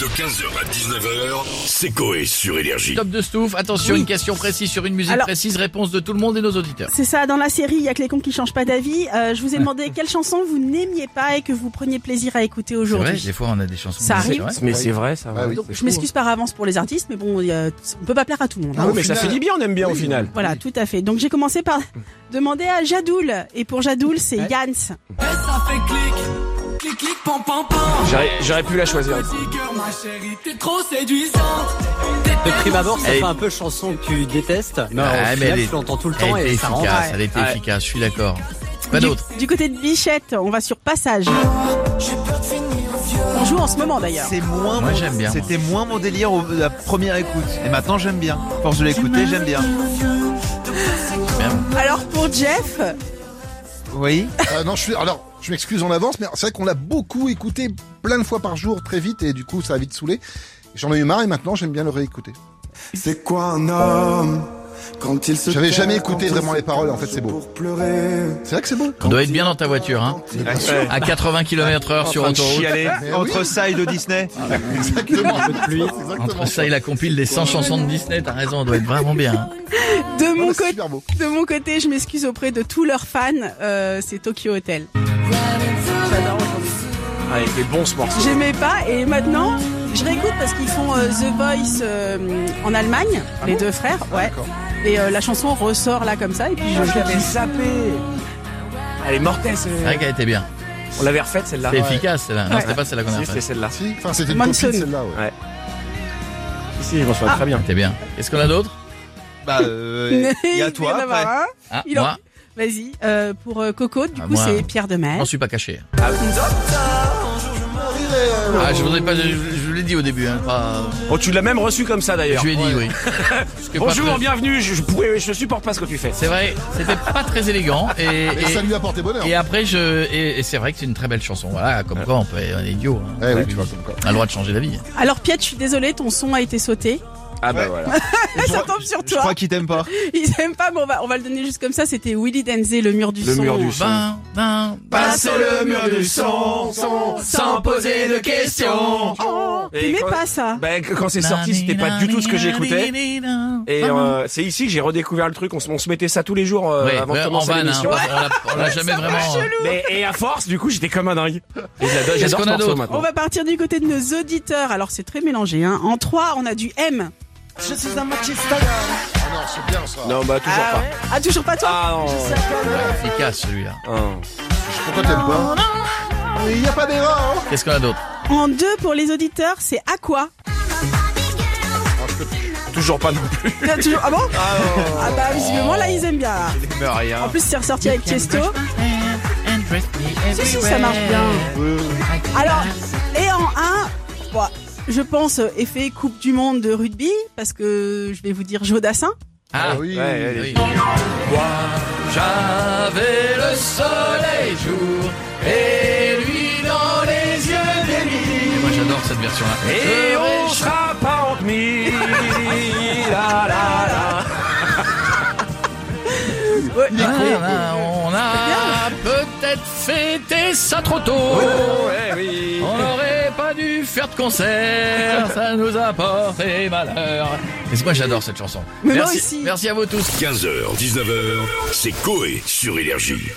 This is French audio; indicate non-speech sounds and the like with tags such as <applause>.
De 15h à 19h, c'est Coé sur Énergie. Top de Stouff, attention, Oui. une question précise sur une musique Alors- précise, réponse de tout le monde et nos auditeurs. C'est ça, dans la série, il y a que les cons qui changent pas d'avis. Euh, je vous ai demandé quelle chanson vous n'aimiez pas et que vous preniez plaisir à écouter Ouais, aujourd'hui. des fois on a des chansons. Ça mais c'est arrive. vrai. Mais c'est vrai, ça. Ah oui. Donc, je m'excuse par avance pour les artistes, mais bon, il y a- on peut pas plaire à tout le monde. hein. Ah oui, Au mais ça final- fait du bien, on aime bien au final. Voilà, tout à fait. Donc j'ai commencé par demander à Jadoul. Et pour Jadoul, c'est Ouais. Yans. Et ça fait clic, clic, clic, pam, pam, pam. J'aurais j'aurais pu la choisir. Petit cœur, ma chérie, t'es trop séduisante. De prime abord, ça Elle- fait un peu chanson que tu détestes. Non, Ah, mais au final, elle est- tu l'entends tout le Elle temps était et ça rend. efficace, elle était Ouais. efficace, je suis d'accord. Pas Du- d'autre. Du, côté de Bichette, on va sur Passage. On joue en ce moment d'ailleurs. C'est moins Moi, mon- j'aime bien, C'était moins mon délire au- la première écoute. Et maintenant j'aime bien. Force de l'écouter, j'aime bien. Alors pour Jeff, Oui. Ah non, je suis. Alors, je m'excuse en avance, mais c'est vrai qu'on l'a beaucoup écouté plein de fois par jour, très vite, et du coup, ça a vite saoulé. J'en ai eu marre et maintenant, j'aime bien le réécouter. C'est quoi un homme quand il se J'avais tait, jamais écouté quand il vraiment se les paroles, en fait, penche c'est beau. Pour pleurer. C'est vrai que c'est beau. On doit être bien dans ta voiture, hein. À 80 km heure sur autoroute. Chialer Mais entre ça et le Disney. Exactement. Entre Exactement. ça et la compile des 100 chansons de Disney, t'as raison, on doit être vraiment bien. hein. de mon, Ouais, bah, c'est côté, super beau. de mon côté, je m'excuse auprès de tous leurs fans, euh, c'est Tokyo Hotel. J'adore aujourd'hui. Ah, il était bon ce morceau. J'aimais pas et maintenant je réécoute parce qu'ils font euh, The Voice euh, en Allemagne, les deux frères, ouais. d'accord. Et euh, la chanson ressort là comme ça et puis je, je la l'avais kiffe. zappée. Elle est mortelle, C'est celle-là. vrai qu'elle était bien. On l'avait refaite, celle-là. C'est efficace celle-là. Non, Ouais. c'était pas celle-là qu'on a Si, c'était faite. celle-là. Si, enfin, c'était une copine, Monsoon. celle-là, ouais. Si, si, je m'en souviens très bien. C'était bien. Qu'est-ce qu'on a d'autre Bah, euh, <laughs> il y a Il doit toi y en avoir après. un. Ah, Il en- moi, Vas-y, euh, pour euh, Coco, du Ah, coup moi. c'est Pierre de je Mer. m'en suis pas caché. Ah, je voudrais pas, je, je vous l'ai dit au début, hein, pas- Oh, tu l'as même reçu comme ça d'ailleurs. Je lui ai dit, oui. <laughs> Parce que pas Bonjour, très- bienvenue. Je, je pourrais, je supporte pas ce que tu fais. C'est vrai, c'était pas très élégant et, Mais ça et, lui a porté bonheur. et après je et, et c'est vrai que c'est une très belle chanson. Voilà, comme quoi on peut on est idiot. hein. Eh oui, tu vois, comme quoi. On a le droit de changer d'avis. Alors Pierre, je suis désolée, ton son a été sauté. Ah bah voilà. ça tombe sur Je toi. crois qu'il t'aime pas. Ils aiment pas, mais on va, on va le donner juste comme ça. C'était Willy Denzé, le mur du Le son. mur du son. Ben, ben, Passez le mur du son, sans poser de questions. Oh, Et t'aimais quand- pas ça Ben, que- quand c'est sorti, c'était pas du tout ce que j'écoutais. Et euh, c'est ici que j'ai redécouvert le truc. On se, on se mettait ça tous les jours euh, Ouais, avant de ouais, en commencer vanne, hein, l'émission. on l'a- on l'a jamais vraiment. euh, Mais- et à force, du coup, j'étais comme un dingue. Et j'adore- Qu'est-ce J'adore qu'on ce a morceau d'autre maintenant. On va partir du côté de nos auditeurs. Alors c'est très mélangé. Hein. En 3, on a du M. Ah non, c'est bien ça. Non, bah toujours ah, pas. ouais. Ah, toujours pas toi Ah efficace celui-là. non. non. Pourquoi t'aimes pas Il n'y a pas d'erreur, hein. Qu'est-ce qu'on a d'autre En 2, pour les auditeurs, c'est Aqua. Toujours pas non plus. T'as toujours- Ah bon oh. Ah bah visiblement là ils aiment bien. là. En plus c'est ressorti avec Tiesto. Si si ça marche bien. Alors et en 1, je pense euh, effet Coupe du Monde de rugby parce que je vais vous dire Jodassin. Ah oui. Ouais, allez. oui. J'avais le soleil jour et lui dans les yeux des nuits. Moi j'adore cette version là. Et on sera pas en demi. <laughs> La, la, la. Ouais. on a peut-être fêté ça trop tôt. Oh, eh oui. On n'aurait pas dû faire de <laughs> concert, ça nous a porté malheur. Mais c'est- moi j'adore cette chanson. Mais moi merci, aussi. merci à vous tous. 15h, 19h, c'est Coé sur Énergie.